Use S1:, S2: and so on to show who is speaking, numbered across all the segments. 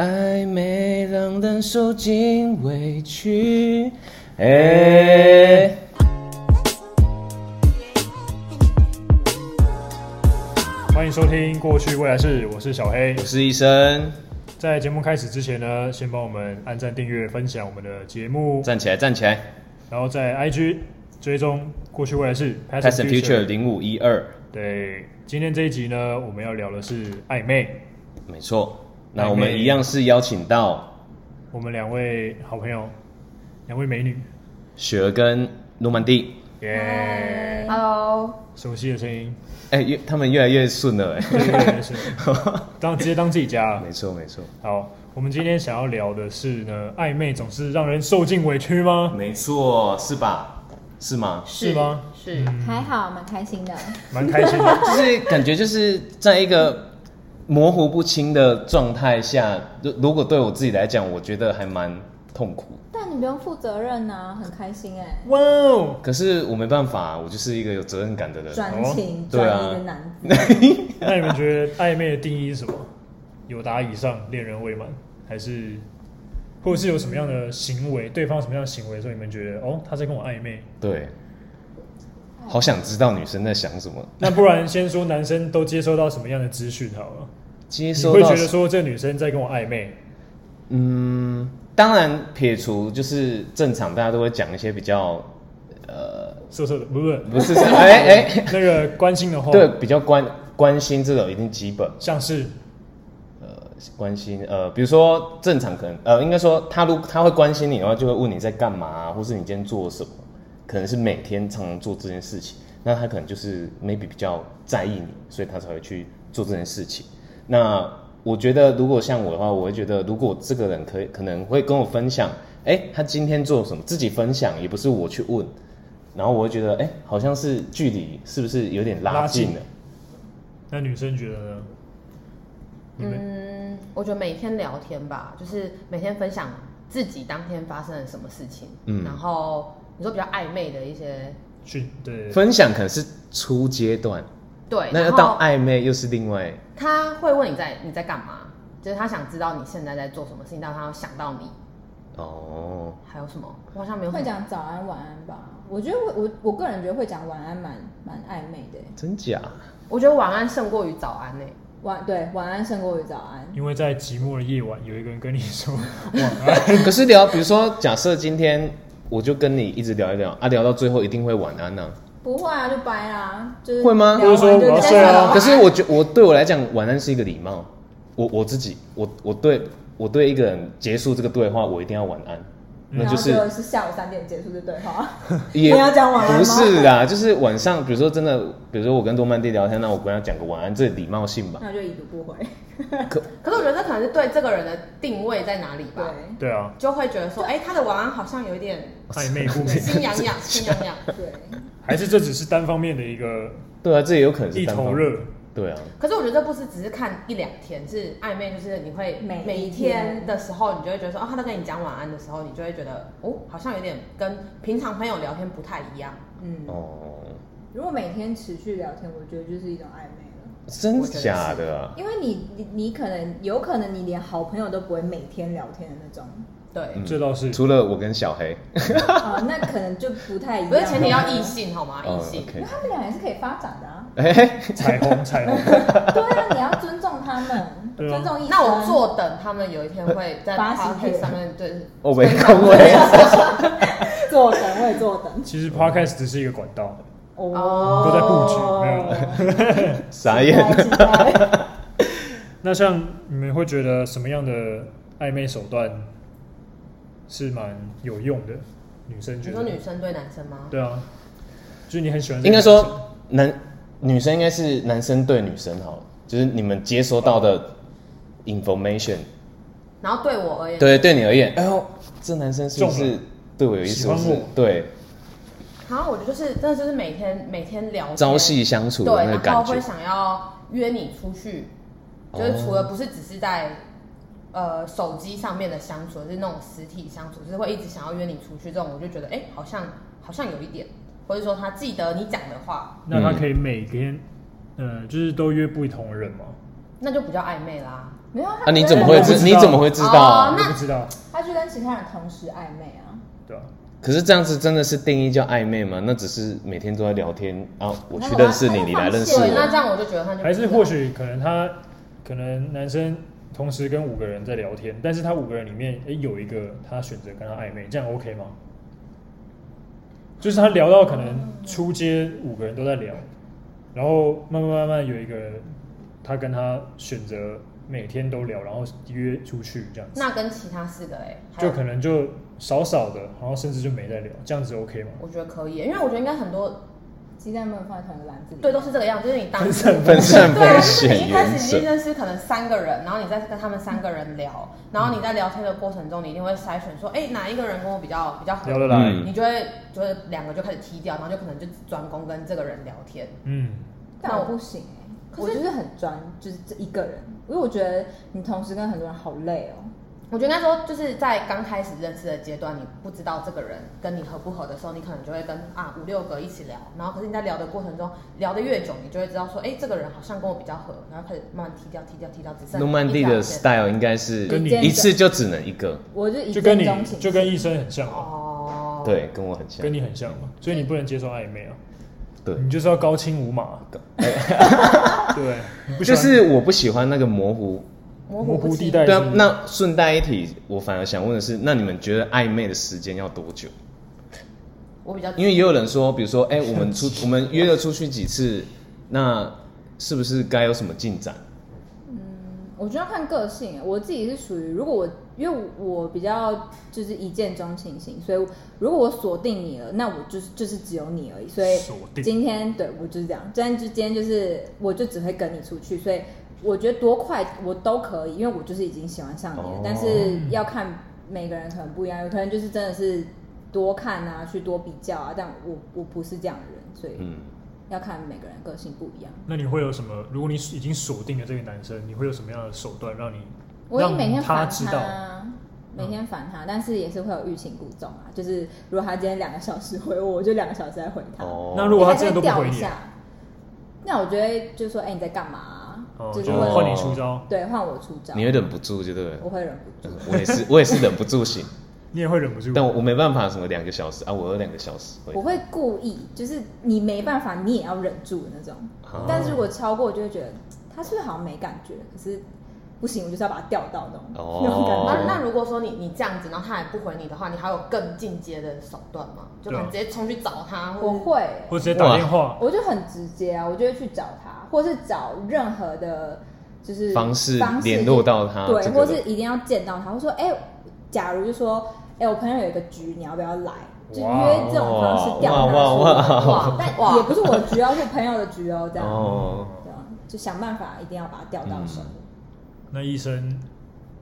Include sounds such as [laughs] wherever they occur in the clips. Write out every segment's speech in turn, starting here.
S1: 暧昧让人受尽委屈。哎，
S2: 欢迎收听《过去未来式》，我是小黑
S1: 我。是医生，
S2: 在节目开始之前呢，先帮我们按赞、订阅、分享我们的节目，
S1: 站起来，站起来。
S2: 然后在 IG 追踪《过去未来式》
S1: Past and Future 零五一二，
S2: 对，今天这一集呢，我们要聊的是暧昧。
S1: 没错。那
S2: 暧昧
S1: 我们一样是邀请到
S2: 我们两位好朋友，两位美女，
S1: 雪儿跟诺曼底。
S2: 耶、
S3: Hello，
S2: 熟悉的声音，
S1: 哎、越他们越来越顺了、 [laughs] 哎 [laughs]
S2: 当直接当自己家。
S1: 没错，没错，
S2: 好，我们今天想要聊的是呢，暧昧总是让人受尽委屈吗？
S1: 没错，是吧？是吗？
S2: 是吗？
S3: 是，
S1: 嗯
S3: 还好，蛮开心的。
S2: 蛮开心
S1: [laughs]
S2: 的，
S1: 就是感觉就是在一个模糊不清的状态下，如如果对我自己来讲，我觉得还蛮痛苦。
S3: 但你不用负责任呐、很开心哎、
S2: 哇哦！
S1: 可是我没办法，我就是一个有责任感的人。
S3: 专情
S1: 对
S3: 专
S1: 啊
S3: 一的男子，
S2: [laughs] 那你们觉得暧昧的定义是什么？有达以上恋人未满，还是或者是有什么样的行为，对方有什么样的行为，所以你们觉得哦，他在跟我暧昧？
S1: 对，好想知道女生在想什么，
S2: 那不然先说男生都接收到什么样的资讯好了？
S1: 接
S2: 你
S1: 收
S2: 会
S1: 到
S2: 觉得说这女生在跟我暧昧，
S1: 嗯，当然撇除就是正常，大家都会讲一些比较呃，
S2: 色色的，不是
S1: 不
S2: [laughs]
S1: 是哎哎，
S2: 那个关心的话，
S1: 对，，比较关关心这种一定基本。
S2: 像是
S1: 呃关心呃，比如说正常可能呃，应该说他如他会关心你的话，就会问你在干嘛、或是你今天做了什么，可能是每天常常做这件事情，那他可能就是 maybe 比较在意你，所以他才会去做这件事情。那我觉得如果像我的话，我会觉得如果这个人可以可能会跟我分享，哎、他今天做了什么，自己分享，也不是我去问。然后我会觉得，哎、好像是距离是不是有点拉
S2: 拉近
S1: 近了？
S2: 那女生觉得呢？你们、
S4: 嗯，我觉得每天聊天吧，就是每天分享自己当天发生了什么事情，
S1: 嗯
S4: 然后你说比较暧昧的一些，
S2: 去对
S1: 分享可能是初阶段，
S4: 对，
S1: 那要
S4: 然
S1: 到
S4: 后
S1: 暧昧又是另外，
S4: 他会问你在你在干嘛，就是他想知道你现在在做什么事情，但他会想到你
S1: 哦，
S4: 还有什么，我好像没有什
S3: 会
S4: 么
S3: 讲早安晚安吧？我觉得我我我个人觉得会讲晚安蛮蛮暧昧的欸、
S1: 真假？ [laughs]
S4: 我觉得晚安胜过于早安呢、欸
S3: 晚对晚安胜过于早安。
S2: 因为在寂寞的夜晚，有一个人跟你说 [laughs]
S1: 可是聊，比如说，假设今天我就跟你一直聊一聊啊，聊到最后一定会晚安呢、
S3: 不会啊，就掰啦，就是
S1: 会吗
S3: 聊
S2: 或者
S3: 完
S2: 说
S3: 就
S2: 我要
S3: 再
S2: 睡啊
S3: 聊
S1: 可是我觉我对我来讲，晚安是一个礼貌。我我自己，我我对我对一个人结束这个对话，我一定要晚安，那
S3: [laughs] 然
S1: 就
S3: 后
S1: 是
S3: 就是下午三点结束的对
S1: [laughs]
S3: 话，
S1: 也
S3: 嗯你要讲晚安吗
S1: 不是啦，就是晚上，比如说真的，比如说我跟多曼蒂聊天，那我跟他讲个晚安，这礼貌性吧。
S3: 那就已读不回。
S4: 可是我觉得这可能是对这个人的定位在哪里吧，
S3: 对
S2: 对啊，
S4: 就会觉得说，哎、他的晚安好像有一点
S2: 暧
S1: [laughs]
S2: 昧不明，
S4: 心痒痒，心痒痒。
S3: 对，
S2: 还是这只是单方面的一个
S1: 对啊，这也有可能是
S2: 一
S1: 单方
S2: 头。热？
S1: 对啊，
S4: 可是我觉得这不是只是看一两天，是暧昧，就是你会
S3: 每一
S4: 每一
S3: 天
S4: 天的时候，你就会觉得说，哦，他在跟你讲晚安的时候，你就会觉得，哦，好像有点跟平常朋友聊天不太一样。
S3: 嗯，
S1: 哦，
S3: 如果每天持续聊天，我觉得就是一种暧昧了。
S1: 真假的啊？
S3: 因为你你你可能有可能你连好朋友都不会每天聊天的那
S4: [laughs]
S3: 种，
S4: 对，
S1: 嗯
S2: 这倒是
S1: 除了我跟小黑，
S3: 啊、那可能就不太一样。
S4: 不是前提要异，性好吗？
S1: 哦
S4: 异性。
S1: [laughs]
S3: 因为他们俩也是可以发展的啊。
S1: 哎、
S2: 彩 [laughs] 虹，彩虹。
S3: 对啊，你要尊重他们，
S2: 对啊
S3: 尊重一。
S4: 那我，坐等他们有一天会在
S3: 发喜
S4: podcast
S3: 帖
S4: 上面对
S1: 我哦没空位，
S3: 坐等，我也坐等。
S2: 其实 podcast 只是一个管道，
S3: 哦，
S2: 都在布
S3: 局，
S1: 傻眼。
S4: [laughs]
S2: 那像你们会觉得什么样的暧昧手段是蛮有用的？女生觉
S4: 你
S2: 得
S4: 说？女生对男生吗？
S2: 对啊，就是你很喜欢
S1: [laughs]
S2: 这
S1: 应
S2: 个
S1: 该
S2: 男生。
S1: 说男女生应该是男生对女生好了，就是你们接收到的 information，
S4: 然后对我而言，
S1: 对，对你而言，哎呦，这男生是不
S2: 中
S1: 是
S2: 了
S1: 对我有意思？
S2: 喜欢
S1: 是不是
S2: 我
S1: 对，
S4: 然后我就是真的就是每天每天聊天
S1: 朝夕相处的那
S4: 对，
S1: 个
S4: 然后
S1: 感
S4: 会
S1: 觉，
S4: 想要约你出去，
S1: 哦
S4: 就是除了不是只是在呃手机上面的相处，而是那种实体相处，就是会一直想要约你出去这种，我就觉得哎、诶好像好像有一点，或者说他记得你讲的话，
S2: 那
S1: 嗯
S2: 他可以每天，呃，就是都约不同的人吗？
S4: 那就比较暧昧啦。
S3: 没有
S1: 啊，你怎么会
S2: 我
S1: 知？
S2: 不知
S1: 你
S2: 道
S1: 怎么会知道
S4: 哦
S1: 啊？
S4: 那
S2: 我不知道，
S3: 他去跟其他人同时暧昧啊？
S2: 对吧、
S1: 可是这样子真的是定义叫暧昧吗？那只是每天都在聊天啊，我去认识你，你来认识
S4: 对，那这
S1: 我。
S4: 样我就觉得他就
S2: 还是或许可能他可能男生同时跟五个人在聊天，但是他五个人里面诶、有一个他选择跟他暧昧，这样 OK 吗？就是他聊到可能出街五个人都在聊，然后慢慢慢慢有一个人他跟他选择每天都聊，然后约出去这样子，
S4: 那跟其他四个哎、还
S2: 就
S4: 有
S2: 可能就少少的，然后甚至就没在聊，这样子 OK 吗？
S4: 我觉得可以欸、因为我觉得应该很多
S3: 鸡蛋不能放在同一个篮子里。
S4: 对都是这个样子，就是你当时
S1: 分 [laughs] 散
S4: 对啊，
S1: 风
S4: 就是你
S1: 险
S4: 一开
S1: 原
S4: 始你
S1: 则
S4: 一。认识可能三个人，然后你再跟他们三个人聊，然后你在聊天的过程中，你一定会筛选说，哎、哪一个人跟我比较比较合
S2: 聊得来，
S1: 嗯
S4: 你就会就是两个就开始踢掉，然后就可能就只专攻跟这个人聊天。
S2: 嗯，
S3: 但我不行哎、
S4: 可
S3: 我
S4: 是
S3: 就是很专，就是这一个人，因为我觉得你同时跟很多人好累哦、
S4: 我觉得那时候就是在刚开始认识的阶段，你不知道这个人跟你合不合的时候，你可能就会跟啊五六个一起聊，然后可是你在聊的过程中，聊得越久，你就会知道说，哎、这个人好像跟我比较合，然后开始慢慢踢掉、踢掉、踢掉，只剩
S1: 诺曼底
S4: 一两
S1: 的
S4: 个
S1: style 应该是
S2: 跟你
S1: 一次就只能一个，
S3: 我就一
S2: 就跟
S3: 见
S2: 你
S3: 钟情，
S2: 就跟医生很像啊，
S4: 哦，，
S1: 对，跟我很像
S2: 跟。你很像嘛，所以你不能接受暧昧啊。
S1: 对，
S2: 你就是要高清无码， [laughs] 对，你不喜
S1: 就
S2: 欢
S1: 是我不喜欢那个模糊。
S4: 模
S2: 模糊
S4: 不
S2: 地
S4: 清
S2: 带
S1: 对啊
S2: 是，
S1: 那顺带一提，我反而想问的是，那你们觉得暧昧的时间要多久？
S4: 我比较
S1: 因为也有人说，比如说，哎、我们
S2: [laughs]
S1: 出我们约了出去几次，那是不是该有什么进展？
S3: 我觉得要看个性欸，我自己是属于，如果我因为我比较就是一见钟情型，所以如果我锁定你了，那我就是就是只有你而已。所
S2: 锁定
S3: 以今天对我就是这样，今天就今天就是我就只会跟你出去，所以我觉得多快我都可以，因为我就是已经喜欢上你了。
S1: 哦
S3: 但是要看每个人可能不一样，有可能就是真的是多看啊，去多比较啊。但我我不是这样的人，所以
S1: 嗯，
S3: 要看每个人个性不一样。
S2: 那你会有什么？如果你已经锁定了这个男生，你会有什么样的手段让你
S3: 我也每天
S2: 让他
S3: 烦
S2: 知
S3: 他
S2: 道？
S3: 啊，每天烦他，但是也是会有欲擒故纵啊。就是如果他今天两个小时回我，我就两个小时再回他。
S1: 哦，
S2: 那如果他真的都
S3: 因为
S2: 不
S3: 还是
S2: 回
S3: 会掉一
S2: 你
S3: 下，那我觉得就说，哎、你在干嘛啊、
S2: 哦，
S3: 就
S2: 就是是
S3: 会、
S2: 换你出招，
S3: 对换我出招，
S1: 你会忍不住，就对了。
S3: 我会忍不住。
S1: 嗯我也是，我也是忍不住
S2: [laughs]
S1: 醒，
S2: 你也会忍不住。
S1: 但我我没办法，什么两个小时啊，我有两个小时回
S3: 我会故意，就是你没办法，你也要忍住的那种。
S1: 哦
S3: 但是如果超过，就会觉得他是不是好像没感觉？可是不行，我就是要把他钓到那种、
S1: 哦
S3: 那种感觉。
S4: 那那如果说你你这样子，然后他还不回你的话，你还有更进阶的手段吗？就可能直接冲去找他，或
S3: 我
S4: 者
S3: 会、
S2: 啊或直接打电话，
S3: 我就很直接啊，我就会去找他，或是找任何的，就是
S1: 方式
S3: 方
S1: 联络到他
S3: 对，
S1: 这个
S3: 或
S1: 人
S3: 是一定要见到他，或说，哎、假如就说，哎、我朋友有一个局，你要不要来？就
S2: 哇
S3: 约这种方式钓他
S1: 哇哇
S3: 出来
S4: 哇
S1: [laughs]
S3: 但也不是我的局哦，是我朋友的局哦，这样，
S1: 哦，嗯
S3: 对啊，就想办法一定要把他钓到手。
S2: 那医生，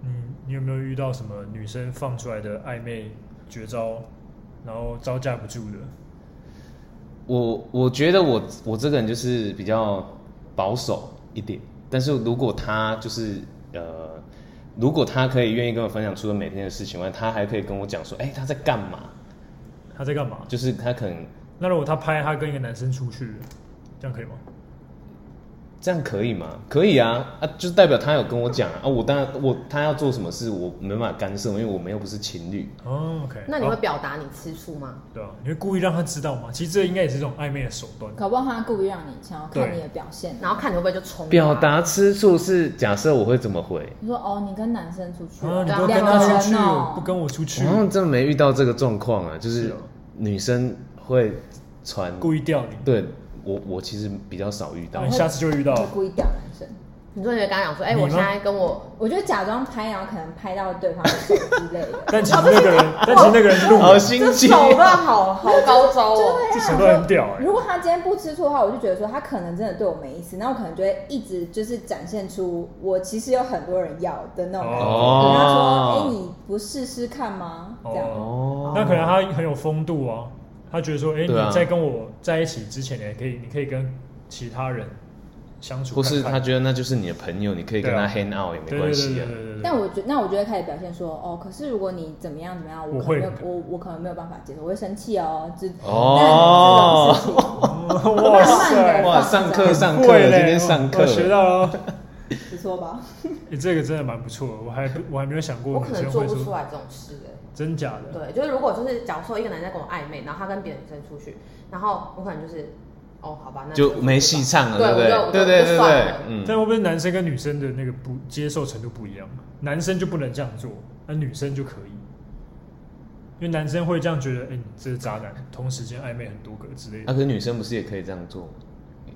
S2: 嗯，你有没有遇到什么女生放出来的暧昧绝招，然后招架不住的？
S1: 我我觉得我我这个人就是比较保守一点，但是如果他就是呃，如果他可以愿意跟我分享除了每天的事情外，他还可以跟我讲说，哎、他在干嘛？
S2: 他在干嘛？
S1: 就是他可能
S2: 那如果他拍他跟一个男生出去，这样可以吗？
S1: 这样可以吗？可以啊，啊，就是代表他有跟我讲啊，啊我当然我他要做什么事，我没办法干涉，因为我们又不是情侣。
S2: 哦，OK，
S4: 那你会
S2: 好
S4: 表达你吃醋吗？
S2: 对啊，你会故意让他知道吗？其实这应该也是一种暧昧的手段。
S3: 搞不好他故意让你想要看你的表现。
S4: 然后看你会不会就冲他
S1: 表？达吃醋是假设我会怎么回？
S3: 你说哦，你跟男生出去
S2: 啊，
S3: 哦，
S2: 你
S4: 对啊
S2: 都跟
S3: 两
S2: 他
S3: 个
S2: 出去
S3: 人哦，
S2: 不跟我出去
S1: 我，好像真的没遇到这个状况啊，就是是
S2: 哦
S1: 女生会传，
S2: 故意钓你，
S1: 对我我其实比较少遇到
S2: 那。你下次就会遇到
S3: 会故意钓男生。
S4: 你说你会跟他讲说，哎、
S2: 你吗。
S4: 我现在跟我
S3: 我就假装拍，然后可能拍到对方的手之类的
S2: 但其实那个
S3: [laughs]
S2: 人，
S3: 哦
S2: 但其实那个人是路
S1: 好
S2: 人，
S1: 心机，
S4: 手段好好高招哦。
S2: 这手段很屌
S1: 欸
S2: 哎、
S3: 如果他今天不吃醋的话，我就觉得说他可能真的对我没意思，那我可能就会一直就是展现出我其实有很多人要的那种感觉。
S1: 哦
S3: 我跟他说：“哎、你不试试看吗？”这样。
S2: 哦
S1: 哦，
S2: 那可能他很有风度啊，他觉得说，哎、
S1: 对啊
S2: 你在跟我在一起之前，你还可以，你可以跟其他人相处
S1: 或
S2: 看看，
S1: 是他觉得那就是你的朋友，你可以跟他
S2: 对
S1: hang out 也没
S2: 对
S1: 关
S2: 对
S1: 系
S2: 对对
S1: 啊。
S2: 对对
S3: 但我觉那我就会开始表现说：“哦，可是如果你怎么样怎么样，我
S2: 我
S3: 可
S2: 会
S3: 能没有我我可能没有办法接受，我会生气哦。”就
S1: 哦
S3: 但这种事情
S2: [laughs] 对，哇
S3: 慢慢
S2: 塞
S3: 地，
S1: 哇，上课上课，
S2: 会嘞
S1: 今天上课
S2: 我学到了，
S3: 就是说吧。
S2: 欸这个真的蛮不错的，我还不
S4: [laughs]
S2: 我还没有想过
S4: 我可
S2: 女生
S4: 能做
S2: 会
S4: 不出
S2: 说
S4: 来这种事哎、
S2: 真假的，
S4: 对，就是如果就是假如说一个男生跟我暧昧，然后他跟别的女生出去，然后我可能就是哦，好吧，那
S1: 就没戏唱了，对不
S4: 对我就我
S1: 对？
S4: 就
S1: 对对对
S4: 就算
S1: 对
S4: 了，
S1: 嗯，
S2: 但会不会男生跟女生的那个不接受程度不一样？男生就不能这样做，那女生就可以，因为男生会这样觉得，哎、你这是渣男，同时间暧昧很多个之类
S1: 啊，
S2: 的。
S1: 可是女生不是也可以这样做吗，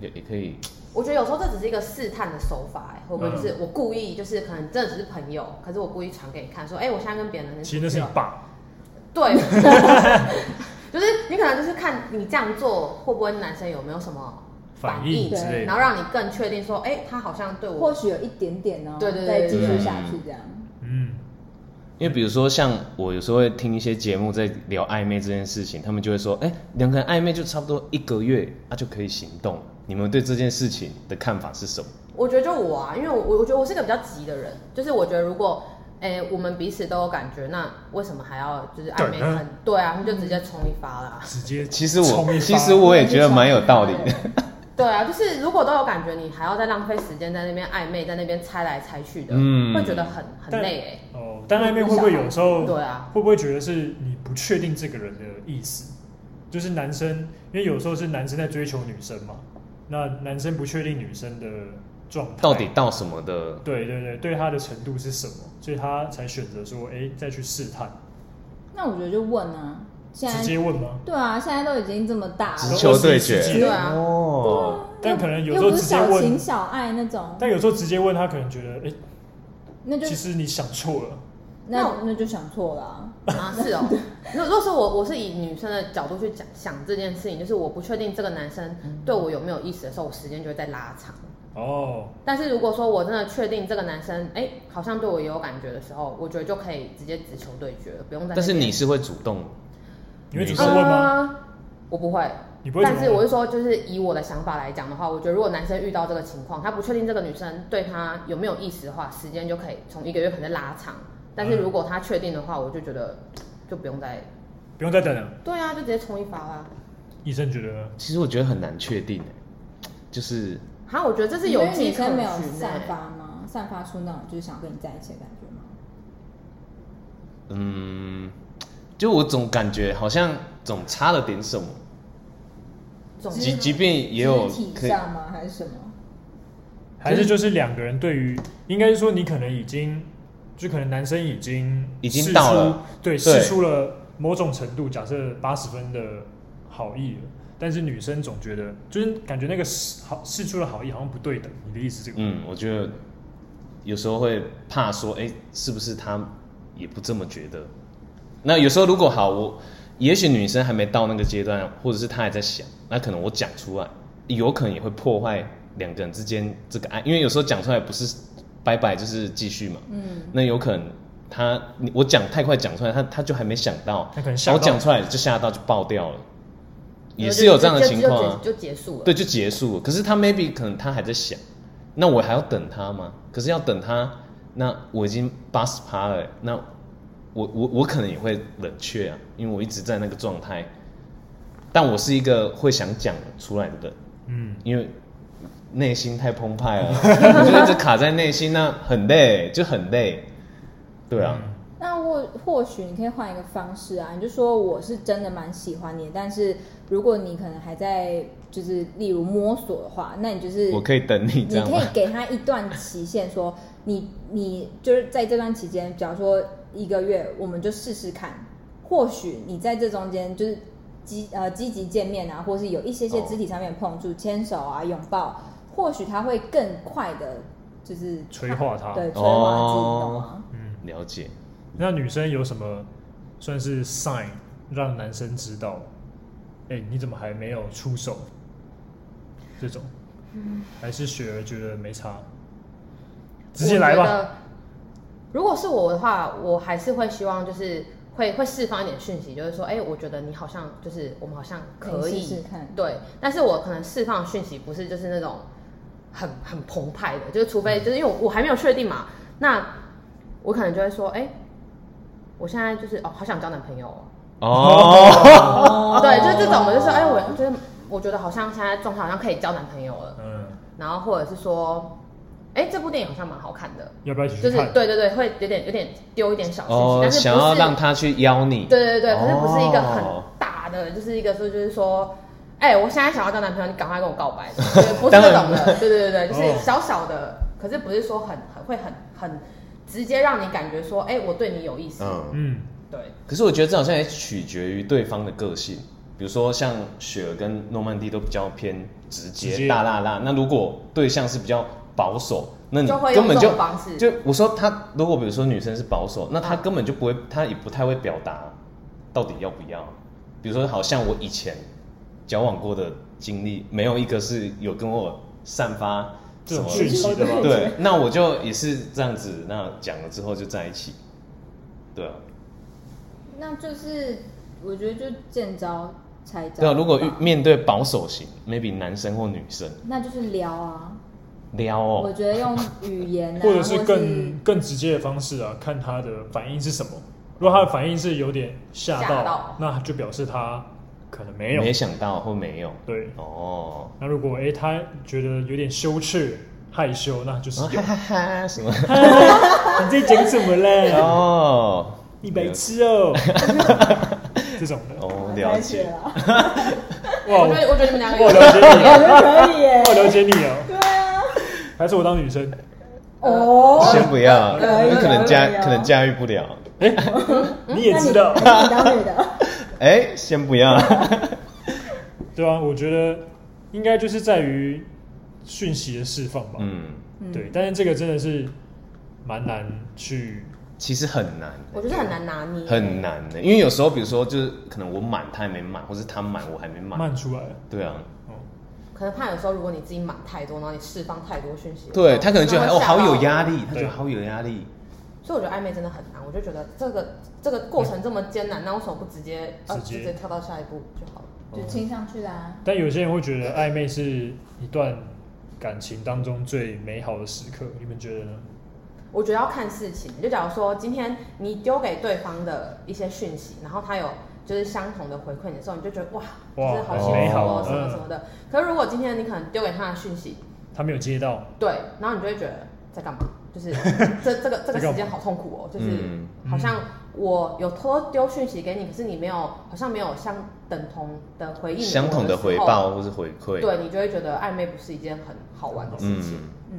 S1: 也也可以，
S4: 我觉得有时候这只是一个试探的手法、哎，会不会
S2: 嗯
S4: 就是我故意，就是可能真的只是朋友，可是我故意传给你看，说，哎、我现在跟别人
S1: 呃
S4: 很
S2: 其实那是你爸，
S4: 对， [laughs] 就是你可能就是看你这样做会不会男生有没有什么
S2: 反应
S4: 应
S2: 之类
S4: 然
S2: 的。
S4: 后让你更确定说，哎、他好像对
S3: 或
S4: 我，
S3: 许有一点点哦，
S4: 对对对
S3: 再
S4: 对
S3: 继
S1: 对
S3: 续下去这样。
S2: 嗯，
S1: 因为比如说像我有时候会听一些节目在聊暧昧这件事情，他们就会说，哎、两个人暧昧就差不多一个月，啊就可以行动。你们对这件事情的看法是什么？
S4: 我觉得就我啊，因为我我我觉得我是个比较急的人，就是我觉得如果。哎、我们彼此都有感觉，那为什么还要就是暧昧
S2: 等啊
S4: 很？对啊，你就直接冲一发啦。
S2: 直接
S1: 其实
S2: 冲一
S1: 我
S2: 发
S1: 其实我也觉得蛮有道理的。
S4: 对啊，就是如果都有感觉，你还要再浪费时间在那边暧昧，在那边猜来猜去的，
S1: 嗯
S4: 会觉得很很
S2: 但
S4: 累哎、
S2: 哦，但暧昧会不会有时候
S4: 对啊，
S2: 会不会觉得是你不确定这个人的意思？就是男生，因为有时候是男生在追求女生嘛，那男生不确定女生的状态
S1: 到底到什么的？
S2: 对对对，对他的程度是什么，所以他才选择说，哎、再去试探，
S3: 那我觉得就问啊，现
S2: 直
S3: 在
S2: 接问吗？
S3: 对啊，现在都已经这么大
S1: 直
S3: 了，
S1: 球对决
S2: 都21世纪
S4: 对
S2: 了
S4: 啊，
S1: 哦，
S2: 但可能有时
S3: 又
S2: 候
S3: 不
S2: 直
S3: 是
S2: 接
S3: 小情
S2: 问，
S3: 小爱那种，
S2: 但有时候直接问他，可能觉得，哎、
S3: 那就
S2: 其实你想错了。
S3: 那
S4: 那我
S3: 那就想错了啊。
S4: 啊，是
S1: [laughs]
S4: 哦。如如果是我，我是以女生的角度去讲想这件事情，就是我不确定这个男生
S1: 嗯
S4: 对我有没有意思的时候，我时间就会再拉长。
S2: 哦，
S4: 但是如果说我真的确定这个男生，哎、好像对我也有感觉的时候，我觉得就可以直接直球对决，不用再。
S1: 但是你是会主动，
S2: 你会主
S1: 女
S2: 动
S1: 生
S2: 问
S3: 啊
S2: 吗？
S4: 呃我不会，
S2: 你不会主
S4: 但
S2: 动
S4: 是我
S2: 问
S4: 是说，就是以我的想法来讲的话，我觉得如果男生遇到这个情况，他不确定这个女生对他有没有意思的话，时间就可以从一个月可能再拉长。但
S2: 嗯
S4: 是如果他确定的话，我就觉得就不用再。
S2: 不用再等了。
S4: 对啊，就直接冲一发啦。
S2: 医生觉得呢，
S1: 其实我觉得很难确定欸就是
S4: 哈，我觉得这是
S3: 因
S4: 有
S3: 为
S4: 迹
S3: 女
S4: 可
S3: 生
S4: 循
S3: 没有
S4: 欸
S3: 散发吗？散发出那种就是想跟你在一起的感觉吗？
S1: 嗯，就我总感觉好像总差了点什么，
S4: 总
S3: 其
S1: 即
S3: 实
S1: 即便也有
S3: 肢体
S1: 可以
S3: 上吗？还是什么？
S2: 还是就是两个人对于，应该是说你可能已经，就可能男生已经
S1: 已经
S2: 试出
S1: 到了，
S2: 对，
S1: 对
S2: 试出了某种程度，假设八十分的好意了，但是女生总觉得就是感觉那个试好试出了好意好像不对等，你的意思是这个吗？
S1: 嗯，我觉得有时候会怕说，哎、是不是他也不这么觉得？那有时候如果好，我也许女生还没到那个阶段，或者是她还在想，那可能我讲出来，有可能也会破坏两个人之间这个爱，因为有时候讲出来不是拜拜就是继续嘛，
S3: 嗯，
S1: 那有可能她你我讲太快讲出来，她她就还没想到，
S2: 他可能吓
S1: 然后
S2: 到
S1: 讲出来就吓到就爆掉了，也
S4: 就是
S1: 有这样的
S4: 就
S1: 情况啊。
S4: 就就结束了。
S1: 对，就结束了。可是他 maybe 可能他还在想，那我还要等他吗？可是要等他，那我已经八十趴了欸，那我我我可能也会冷却啊，因为我一直在那个状态。但我是一个会想讲出来的人，
S2: 嗯，
S1: 因为内心太澎湃了，我就一直卡在内心，那很累，就很累。对
S2: 嗯
S1: 啊，
S3: 那或或许你可以换一个方式啊，你就说我是真的蛮喜欢你，但是如果你可能还在就是例如摸索的话，那你就是
S1: 我可以等你这
S3: 你
S1: 样
S3: 可
S1: 吗
S3: [laughs] 以？给他一段期限说，你你就是在这段期间，假如说一个月，我们就试试看，或许你在这中间就是积呃积极见面啊，或是有一些些
S1: 哦
S3: 肢体上面的碰触、牵手啊、拥抱，或许他会更快的，就是
S2: 催化
S1: 啊
S2: 他
S3: 对，催化自己，你懂
S1: 哦
S3: 吗？，
S2: 嗯，
S1: 了解。
S2: 那女生有什么算是 sign 让男生知道？哎、你怎么还没有出手？这种，还是雪儿觉得没差，直接来
S4: 嗯我觉
S2: 吧。
S4: 得。如果是我的话，我还是会希望就是会会释放一点讯息，就是说，哎、我觉得你好像就是我们好像可以
S3: 试试看
S4: 对，但是我可能释放讯息不是就是那种很很澎湃的，就是除
S2: 嗯
S4: 非就是因为我我还没有确定嘛，那我可能就会说，哎、我现在就是哦，好想交男朋友、哦。
S1: 哦，
S3: 哦
S4: 对，就这种的，就是哎、我觉得我觉得好像现在状态好像可以交男朋友了，
S2: 嗯，
S4: 然后或者是说，哎、这部电影好像蛮好看的，
S2: 要不要一起
S4: 就
S2: 去
S4: 是
S2: 看？
S4: 对对对，会有点有点丢一点小讯息，
S1: 哦
S4: 但，是
S1: 想
S4: 不
S1: 要
S4: 是
S1: 让他去邀你，
S4: 对对对，可是不是一个很
S1: 哦
S4: 大的，就是一个说就是说，哎、我现在想要交男朋友，你赶快跟我告
S1: [laughs]
S4: 白，对不是
S1: 当然
S4: 这种的，对对对对，就是
S2: 哦
S4: 小小的，可是不是说很很会很很直接让你感觉说，哎、我对你有意思，
S1: 嗯，
S2: 嗯，
S4: 对，
S1: 可是我觉得这好像也取决于对方的个性，比如说像雪儿跟诺曼底都比较偏直接、
S2: 直接
S1: 大辣辣，那如果对象是比较保守，那你
S4: 就会用
S1: 嗯根本
S4: 这
S1: 就
S4: 种方式，
S1: 就我说他如果比如说女生是保守，那她
S4: 嗯
S1: 根本就不会，她也不太会表达到底要不要。比如说，好像我以前交往过的经历，没有一个是有跟我散发
S2: 这
S1: 什
S2: 种
S1: 么
S2: 讯息的吧？
S1: 对，那我就也是这样子，那讲了之后就在一起，对啊，
S3: 那就是我觉得就见招拆招。
S1: 对啊。如果遇
S3: 吧
S1: 面对保守型，maybe 男生或女生
S3: 那就是聊啊，
S1: 撩
S3: 我
S1: 哦，
S3: 觉得用语言、啊，
S2: 或
S3: 或
S2: 者是更更直接的方式啊，看他的反应是什么。如果他的反应是有点吓
S4: 吓
S2: 到
S4: 到，
S2: 那就表示他可能没有。
S1: 没想到或没有
S2: 对，
S1: 哦，
S2: 那如果哎、他觉得有点羞耻、害羞，那就是
S1: 然后
S2: 有
S1: 啊哈哈哈什
S2: [laughs]
S1: 么
S2: 你在讲什么嘞？
S1: 哦，
S2: 你白
S1: [laughs]
S2: 痴哦、这种的。
S1: 哦，了解。
S3: 了，
S2: 哇，
S4: 我觉得我觉得你们两个
S2: 我
S4: 有
S2: 了解你
S3: 我
S2: 了，
S3: 觉得可以 [laughs] 耶
S2: 我。了解你了，
S3: 对啊，
S2: 还是我当女生？
S3: 哦，
S1: 先不要，
S3: 可以
S1: 因为可能
S3: 可以
S1: 驾
S3: 哦
S1: 可能驾驭不了。
S2: 你也知道，
S3: 那你当女的，
S1: 哎、先不要。 [laughs]
S2: 对啊，我觉得应该就是在于讯息的释放吧。
S1: 嗯，
S3: 嗯
S2: 对，，但是这个真的是蛮难去，
S1: 其实很难，
S4: 我觉得很难拿捏，
S1: 很难的，因为有时候比如说就是可能我满他还没满，或是他满我还没满。
S2: 慢出来。哦
S1: 对啊，
S4: 可能怕有时候如果你自己满太多，然后你释放太多讯息，
S1: 对他可能觉得
S4: 那
S1: 哦
S4: 会吓
S1: 好
S4: 到
S1: 有压力，他
S2: 对
S1: 觉得好有压力。
S4: 所以我觉得暧昧真的很难，我就觉得这个这个过程这么艰难，那为什么不直接呃
S2: 直接
S4: 直接跳到下一步就好了？
S3: [laughs] 就亲上去啦。
S2: 但有些人会觉得暧昧是一段感情当中最美好的时刻，你们觉得呢？
S4: 我觉得要看事情，就假如说今天你丢给对方的一些讯息，然后他有就是相同的回馈你的时候，你就觉得哇，
S2: 哇
S4: 就是好
S1: 很
S4: 幸
S1: 美
S4: 福
S1: 好
S4: 哦，什么
S2: 嗯
S4: 什么的。可是如果今天你可能丢给他的讯息，
S2: 他没有接到，
S4: 对，然后你就会觉得在干嘛？就是这这个这个时间好痛苦哦，就是
S1: 嗯
S4: 好像我有偷丢讯息给你，可是你没有，好像没有相等同的回应，
S1: 相同的回报或是回馈。
S4: 对你就会觉得暧昧不是一件很好玩的事情。
S1: 嗯，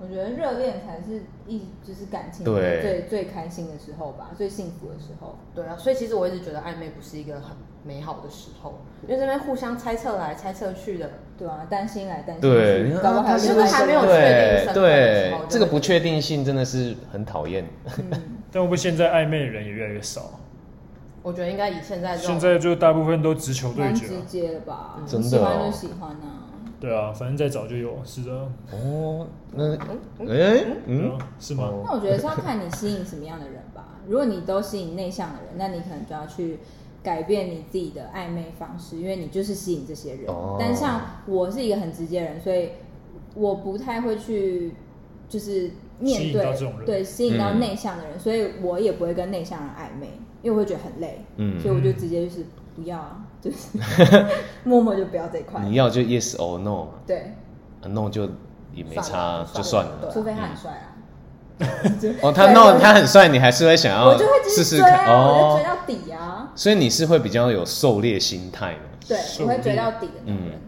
S3: 嗯，我觉得热恋才是一就是感情
S1: 对
S3: 最最开心的时候吧，最幸福的时候。
S4: 对啊，所以其实我一直觉得暧昧不是一个很美好的时候，因为这边互相猜测来猜测去的，
S3: 对啊，担心来担心
S1: 对
S3: 去，搞不好还有
S4: 是
S3: 另
S4: 不
S3: 外一
S4: 是
S3: 个
S4: 还没有确定
S1: 对
S4: 身份的时
S1: 对
S4: 候，
S1: 这个不确定性真的是很讨厌。
S3: 嗯，
S1: [laughs]
S2: 但会不会现在暧昧的人也越来越少？
S4: 我觉得应该以现在这
S2: 现
S4: 种
S2: 在就大部分都直球对
S3: 蛮
S2: 决
S3: 直
S2: 啊，
S3: 接的吧？
S1: 真的
S3: 喜欢
S1: 哦
S3: 就喜欢啊。
S2: 对啊，反正再早就有，是的，
S1: 哦，那
S4: 嗯嗯
S1: 哎
S2: 嗯、
S1: 嗯，
S2: 是吗？
S1: 哦
S3: 那我觉得是要看你吸引什么样的人吧。如果你都吸引内向的人，那你可能就要去改变你自己的暧昧方式，因为你就是吸引这些人。
S1: 哦
S3: 但像我是一个很直接的人，所以我不太会去就是
S2: 吸
S3: 面
S2: 引到
S3: 对
S2: 这种人
S3: 对吸引到
S1: 嗯
S3: 内向的人，所以我也不会跟内向人暧昧，因为我会觉得很累，
S1: 嗯
S3: 所以我就直接就是不要啊，就是 [laughs] 默默就不要这一块。
S1: 你要就 yes or no，
S3: 对，
S1: 啊 no 就也没差，
S4: 算了
S1: 就算了。
S4: 对啊
S3: 除非他很帅啊。
S1: [laughs] 哦，他
S3: 对
S1: no
S3: 我
S1: 他很帅，你还是会想
S3: 我
S1: 要
S3: 就会
S1: 啊
S3: 继
S1: 试
S3: 续
S1: 试
S3: 追
S1: 看
S3: 啊，我就追
S1: 哦。
S3: 到底啊。
S1: 所以你是会比较有狩猎心态的，
S3: 对，
S2: 狩
S3: 我会追
S2: 猎
S3: 到底的那种人，
S1: 嗯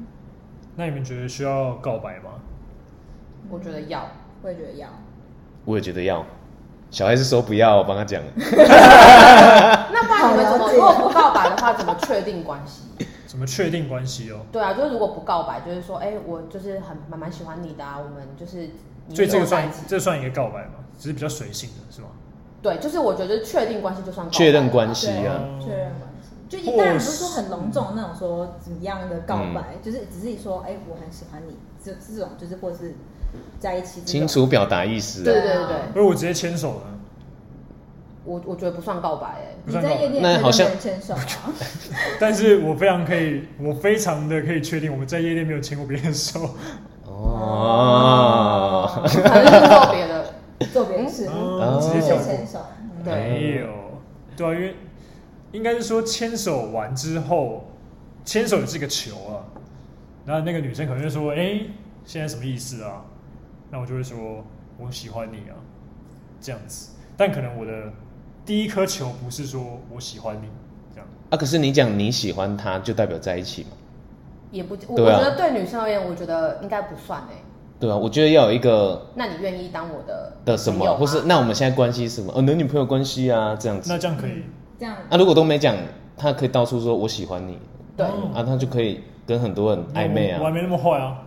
S2: 那你们觉得需要告白吗？
S4: 我觉得要，
S3: 我也觉得要。
S1: 我也觉得要。小孩是说不要，我帮他
S3: [laughs]
S1: 讲。
S4: 那不然你们怎
S3: 好了
S4: 么
S3: 解
S4: 如果不告白的话，怎么确定关系？
S2: 怎么确定关系哦？
S4: 对啊，就是如果不告白，就是说，哎、我就是很蛮蛮喜欢你的啊，我们就是你
S2: 所以这个
S4: 在
S2: 算
S4: 一起。
S2: 这算一个告白吗？只是比较随性的是吗？
S4: 对，就是我觉得确定关系就算告白
S1: 确认关系
S3: 对
S1: 啊，
S2: 哦
S3: 确认关系。就一当然不是说很隆重那种说怎么样的告白，
S1: 嗯
S3: 就是只是说哎、我很喜欢你，这这种就是或是在一起这种
S1: 清。楚表达意思
S4: 对
S1: 啊。
S4: 对对对对，
S2: 如果我直接牵手呢？
S4: 我我觉得不算告白哎、
S2: 不
S3: 你
S2: 算告
S3: 在夜
S2: 白，
S3: 店
S1: 那
S3: 也
S1: 好像
S3: 没有牵手啊？
S2: 但是我非常可以，我非常的可以确定我们在夜店没有牵过别人手。
S3: 啊
S1: [laughs] 哦，
S4: 反正就是做别的。
S3: [laughs] 做别的事，
S2: 哦
S1: 直接
S3: 谁
S1: 跳过
S3: 牵手？嗯
S4: 对，
S2: 没有，对啊，因为应该是说牵手完之后，牵手也是个球啊。然后那个女生可能就说：“哎、现在什么意思啊？”那我就会说我喜欢你啊，这样子。但可能我的第一颗球不是说我喜欢你这样，
S1: 啊，可是你讲你喜欢他，就代表在一起嘛？
S4: 也不，我、
S1: 对
S4: 我
S1: 啊
S4: 觉得对女生而言，我觉得应该不算哎、
S1: 对啊，我觉得要有一个
S4: 那你愿意当我的
S1: 的什
S4: 朋友
S1: 么，
S4: 吗
S1: 或是那我们现在关系是什么？哦，男女朋友关系啊，这样子。
S2: 那这样可以。
S3: 这样
S1: 啊，如果都没讲，他可以到处说我喜欢你，
S4: 对
S3: 嗯
S2: 哦
S1: 啊，他就可以跟很多人暧昧
S2: 我我还
S1: 啊。哦
S2: 没那么坏啊。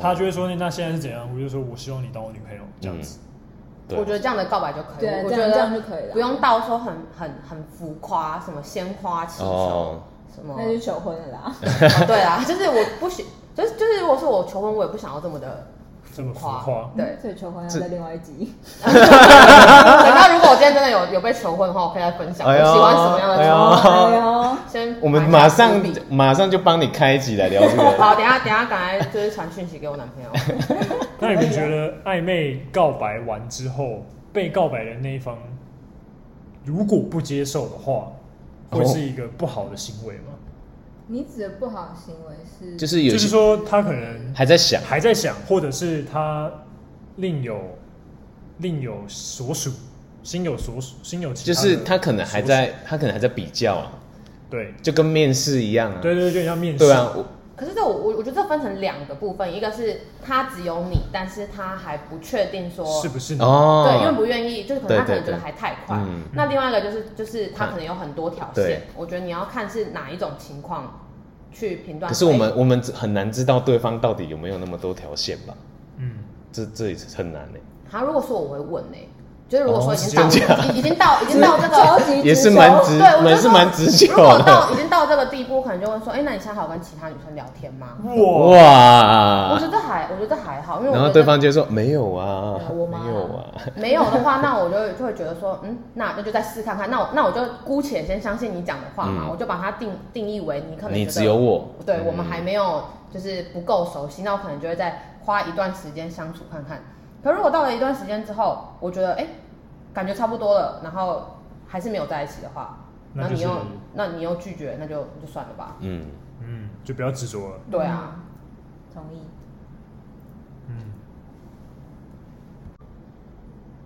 S2: 他就会说那现在是怎样？我就说我希望你当我女朋友这样子。
S1: 对
S4: 我觉得这样的告白就可以，
S3: 对
S4: 我
S3: 这
S4: 觉
S3: 样
S4: 得
S3: 这样就可以了
S4: 不用到说很很很浮夸，什么鲜花气球、
S1: 哦
S4: 什么，
S3: 那就求婚了啦。
S4: 哦对啊，就是我不喜，就是就是如果说我求婚，我也不想要这么的
S2: 这么浮夸
S4: 对，
S3: [laughs] 所以求婚要
S1: 这
S3: 在另外一集。
S4: [laughs] 等到如果我今天真的有有被求婚的话，我可以来分享我
S1: 哎呦
S4: 喜欢什么样的
S1: 哎
S4: 求
S1: 呦
S4: 婚。
S3: 哎呦，
S4: 先
S1: 我们马上
S4: 埋下伏笔
S1: 马上就帮你开一集来聊这个。
S4: [laughs] 好，等一下等一下，赶快就是传讯息给我男朋友。
S2: 那你们觉得暧昧告白完之后，被告白的那一方如果不接受的话，
S1: 哦
S2: 会是一个不好的行为吗？
S3: 你指的不好的行为是？
S1: 就是有
S2: 就
S1: 一
S2: 是
S1: 些
S2: 说他可能
S1: 还在想，
S2: 还在想，或者是他另有另有所属，心有所属，心有其
S1: 就
S2: 他的
S1: 是他可能还
S2: 所
S1: 在，他可能还在比较啊，
S2: 属对
S1: 就跟面试一样啊。
S2: 对对对，就像面试
S1: 对啊，，我
S4: 可是这我我我觉得这分成两个部分，一个是他只有你，但是他还不确定说
S2: 是不是你？
S1: 哦，
S4: 对，愿不愿意，就是可能他可
S1: 对对
S4: 能觉得
S1: 对
S4: 还太快。
S1: 嗯
S4: 那另外一个就是，就是他
S1: 看
S4: 可能有很多条
S1: 对
S4: 线，我觉得你要看是哪一种情况去评断。
S1: 可是我们
S4: 哎
S1: 我们很难知道对方到底有没有那么多条线吧？
S2: 嗯，
S1: 这这也是很难呢、欸
S4: 他哎如果说我会问呢、就是如果说已经
S1: 哦是这
S4: 到，已已经到，已经到这
S3: 超
S4: 个。
S3: 级
S1: 也 [laughs] 是
S3: 直球
S1: 蛮直，
S4: 对，我就
S1: 蛮是
S4: 说
S1: 蛮直球
S4: 如果
S1: 的。
S4: 到已经到这个地步，可能就会说，哎、那你现在还有跟其他女生聊天吗？
S2: 哇，
S4: 我
S1: 哇
S4: 觉！得还，我觉得还好，因为
S1: 啊然
S4: 我觉
S1: 后
S4: 得
S1: 对方就说没有啊
S3: 对我，妈
S1: 没有啊，
S4: 没有的话，那我就就会觉得说，嗯，那那就再试看看。那我那我就姑且先相信你讲的话嘛，
S1: 嗯
S4: 我就把它定定义为你可能
S1: 你
S4: 觉得
S1: 只有我，
S4: 对
S1: 嗯
S4: 我们还没有就是不够熟悉，那我可能就会再花一段时间相处看看。可如果到了一段时间之后，我觉得哎、诶感觉差不多了，然后还是没有在一起的话，
S2: 那
S4: 那
S2: 就
S4: 你
S2: 是
S4: 又那你又拒绝，那就就算了吧。
S1: 嗯，
S2: 嗯，就不要执着了，
S4: 对啊，
S3: 同意。
S2: 嗯，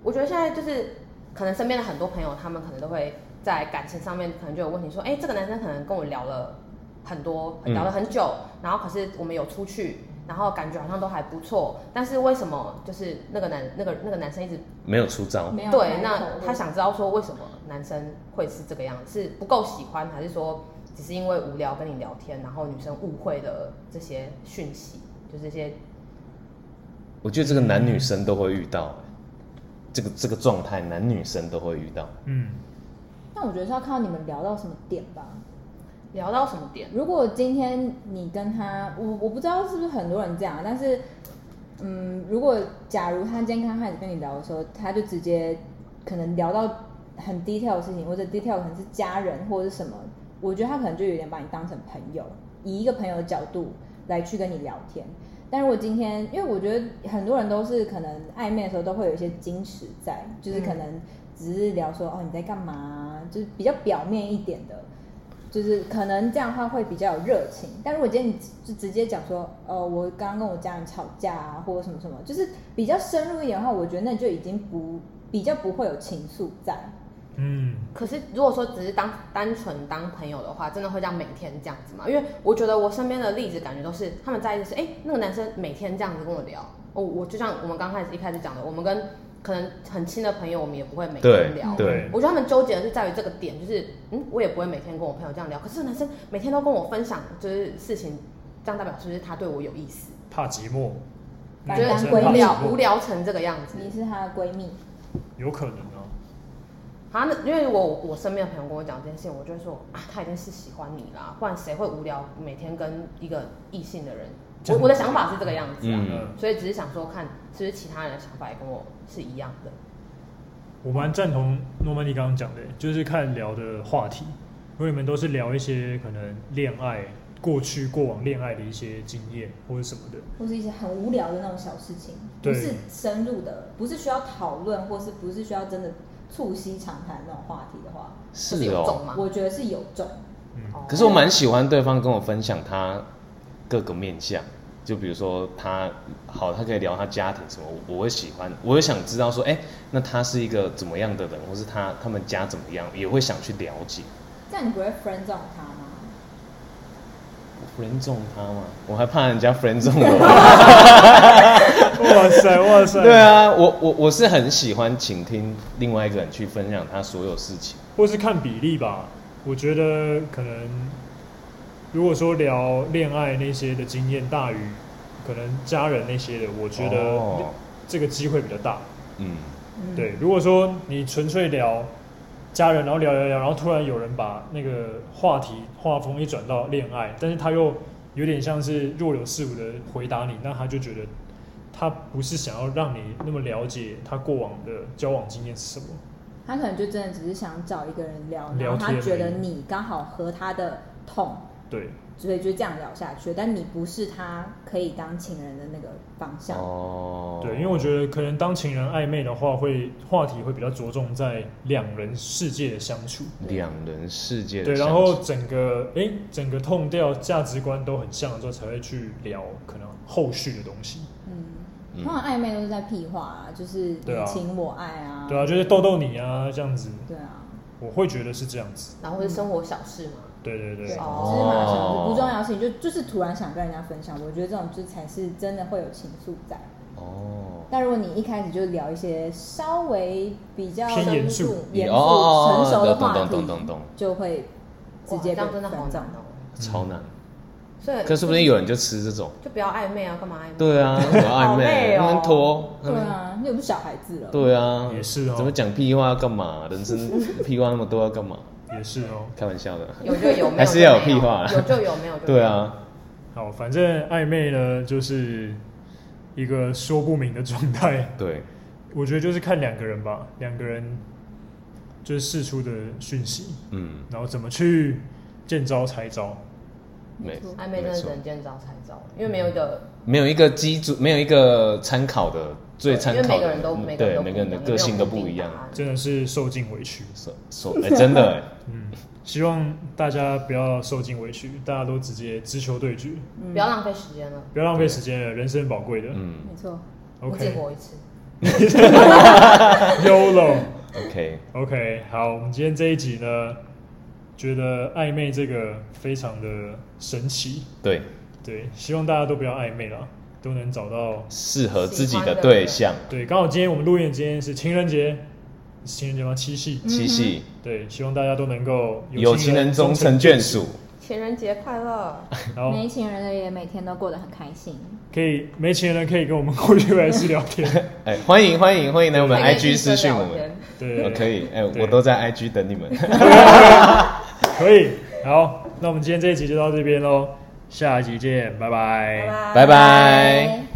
S4: 我觉得现在就是可能身边的很多朋友，他们可能都会在感情上面可能就有问题，说，哎、这个男生可能跟我聊了很多，嗯
S1: 嗯
S4: 聊了很久，然后可是我们有出去，然后感觉好像都还不错，但是为什么就是那个男那个那个男生一直
S1: 没有出招，
S3: 没有
S4: 对
S3: 开，口
S4: 那
S3: 问
S4: 他想知道说为什么男生会是这个样子，是不够喜欢，还是说只是因为无聊跟你聊天，然后女生误会了这些讯息，就是这些
S1: 我觉得这个男女生都会遇到，这个这个状态，男女生都会遇到。
S2: 嗯，
S3: 那我觉得是要看到你们聊到什么点吧。
S4: 聊到什么点？
S3: 如果今天你跟他，我我不知道是不是很多人这样，但是，嗯，如果假如他今天刚开始跟你聊的时候，他就直接可能聊到很 detail 的事情，或者 detail 可能是家人或者是什么，我觉得他可能就有点把你当成朋友，以一个朋友的角度来去跟你聊天。但如果今天，因为我觉得很多人都是可能暧昧的时候都会有一些矜持在，就是可能只是聊说、哦你在干嘛，就是比较表面一点的。就是可能这样的话会比较有热情，但如果今天你就直接讲说，呃，我刚刚跟我家人吵架啊，或者什么什么，就是比较深入一点的话，我觉得那就已经不比较不会有情愫在。
S2: 嗯，
S4: 可是如果说只是当单纯当朋友的话，真的会这样每天这样子吗？因为我觉得我身边的例子感觉都是他们在意的是，哎、那个男生每天这样子跟我聊，哦，我就像我们刚开始一开始讲的，我们跟可能很亲的朋友，我们也不会每
S1: 对
S4: 天聊。
S1: 对，
S4: 我觉得他们纠结的是在于这个点，就是嗯，我也不会每天跟我朋友这样聊，可是这个男生每天都跟我分享就是事情，这样代表是不是他对我有意思？
S2: 怕寂寞，
S3: 百般
S4: 觉得
S2: 男生
S3: 归
S2: 怕
S4: 无
S3: 类
S2: 寂
S4: 聊无
S2: 寞，
S4: 聊成这个样子。
S3: 你是她的闺蜜，
S2: 有可能啊，
S4: 啊，那因为我我身边的朋友跟我讲这件事情，我就会说啊，他一定是喜欢你啦，不然谁会无聊每天跟一个异性的人？
S2: 这
S4: 我
S2: 样
S4: 我的想法是这个样子啊，
S1: 嗯
S4: 所以只是想说看是不是其他人的想法也跟我是一样的。
S2: 我蛮赞同诺曼底刚刚讲的，就是看聊的话题，因为你们都是聊一些可能恋爱、过去、过往恋爱的一些经验或者什么的。
S3: 或是一些很无聊的那种小事情，不
S2: 对
S3: 是深入的，不是需要讨论，或是不是需要真的促膝长谈那种话题的话，
S4: 就是
S1: 是
S4: 有
S1: 哦
S4: 种。嘛。
S3: 我觉得是有种。
S2: 嗯
S4: 哦
S1: 可是我蛮喜欢对方跟我分享他各个面相，就比如说他好，他可以聊他家庭什么，我我会喜欢，我会想知道说，哎、那他是一个怎么样的人，或是他他们家怎么样，也会想去了解。
S3: 这样你不会 friend 中他吗？
S1: 我 friend 中他吗？我还怕人家 friend 中
S4: [laughs]
S1: 我。
S2: [laughs] 哇塞哇塞，
S1: 对，啊，我我我是很喜欢倾听另外一个人去分享他所有事情。
S2: 或是看比例吧。我觉得可能，如果说聊恋爱那些的经验大于可能家人那些的，我觉
S1: 哦
S2: 得这个机会比较大。
S1: 嗯，
S3: 嗯，
S2: 对，如果说你纯粹聊家人，然后聊聊聊，然后突然有人把那个话题画风一转到恋爱，但是他又有点像是若有似无的回答你，那他就觉得他不是想要让你那么了解他过往的交往经验是什么。
S3: 他可能就真的只是想找一个人聊，然
S2: 聊
S3: 后
S2: 天
S3: 他觉
S2: 而
S3: 得
S2: 已
S3: 你刚好合他的痛，
S2: 对，
S3: 所以就这样聊下去。但你不是他可以当情人的那个方向，
S1: 哦
S2: 对，因为我觉得可能当情人暧昧的话会，话题会比较着重在两人世界的相处。
S1: 两人世界的
S2: 对，然
S1: 相
S2: 后
S1: 处
S2: 整个诶，整个痛调、价值观都很像的时候，才会去聊可能后续的东西。
S3: 嗯，
S1: 嗯
S3: 通常暧昧都是在屁话啊，就是
S2: 对啊
S3: 你情我爱啊，
S2: 对啊，就是逗逗你啊，这样子，
S3: 对啊，
S2: 我会觉得是这样子。
S4: 然后或是生活小事嘛，
S2: 对对
S3: 对，
S2: 对，
S3: 就是
S4: 哦
S3: 马上就不重要的事情，就就是突然想跟人家分享，我觉得这种就才是真的会有情愫在。
S1: 哦，
S3: 但如果你一开始就聊一些稍微比较
S2: 偏严肃
S3: 严肃、
S1: 哦哦哦
S3: 成熟的
S1: 懂
S3: 话
S1: 懂
S3: 题，
S1: 懂懂懂，
S3: 就会直接被
S4: 哇这样真的好
S3: 分
S4: 难
S3: 走。
S4: 哦。
S1: 超难。
S4: 所以
S1: 可是不定有人就吃这种。
S4: 就不要暧昧啊，干嘛暧昧？
S1: 对啊，我暧
S4: 好
S1: 昧，
S4: 累哦
S1: 不能拖。
S3: 对啊，你又不是小孩子了。
S1: 嗯对啊，
S2: 也是哦
S1: 怎么讲屁话要干嘛？人生
S4: [laughs]
S1: 屁话那么多要干嘛？
S2: 也是哦。
S1: 开玩笑的。
S4: 有就有，没有就没有
S1: 还是要有屁话
S4: 有就有，
S1: [laughs]
S4: 没有就没有
S1: 对，啊，
S2: 好，反正暧昧呢，就是一个说不明的状态。 [laughs]
S1: 对，
S2: 我觉得就是看两个人吧，两个人就是释出的讯息，
S1: 嗯，
S2: 然后怎么去见招拆招。
S1: 没
S3: 错
S4: 暧昧真的只能见招拆招，因为没有一个
S1: 没有一个基础，没有一个参考的，嗯最参
S4: 因为
S1: 考
S4: 每
S1: 的
S4: 个人都每个人
S1: 对
S4: 都
S1: 每个人的
S4: 不一样
S1: 个性都
S4: 没有
S1: 不
S4: 固定
S1: 一样
S4: 答。案
S2: 真的是受尽委屈。
S1: 手手，
S4: [laughs]
S1: 哎，真的哎，
S2: 嗯，希望大家不要受尽委屈，大家都直接知求对决，
S4: 不要浪费时间了，
S2: 不要浪费时间了，人生宝贵的。
S1: 嗯
S3: 没错。
S4: 我只
S2: OK， [laughs]
S4: 活一次。
S2: YOLO。
S1: ，OK，
S2: OK，好，我们今天这一集呢，觉得暧昧这个非常的神奇，
S1: 对，
S2: 对，希望大家都不要暧昧啦，都能找到。
S1: 适合自己
S4: 喜欢
S1: 的
S4: 的
S1: 对
S4: 人
S1: 象，
S2: 对，刚好今天我们录音，今天是情人节，是情人节吗？七夕。
S1: 七
S4: 嗯
S1: 夕
S2: 对，希望大家都能够
S1: 有情人终成眷属，
S4: 情人节快乐！
S2: 然后
S3: 没情人的也每天都过得很开心。
S2: 可以没情人可以跟我们过去来室聊天。
S1: 哎，欢迎欢迎欢迎来我们
S4: 还可以
S1: IG 私讯我
S4: 聊
S1: 们
S4: 天，
S1: [laughs]
S2: 对，
S1: 哦可以，哎，
S2: 对
S1: 我都在 IG 等你们，
S2: 可以。好，那我们今天这一集就到这边喽，下一集见，拜拜
S1: 拜
S4: 拜
S1: 拜。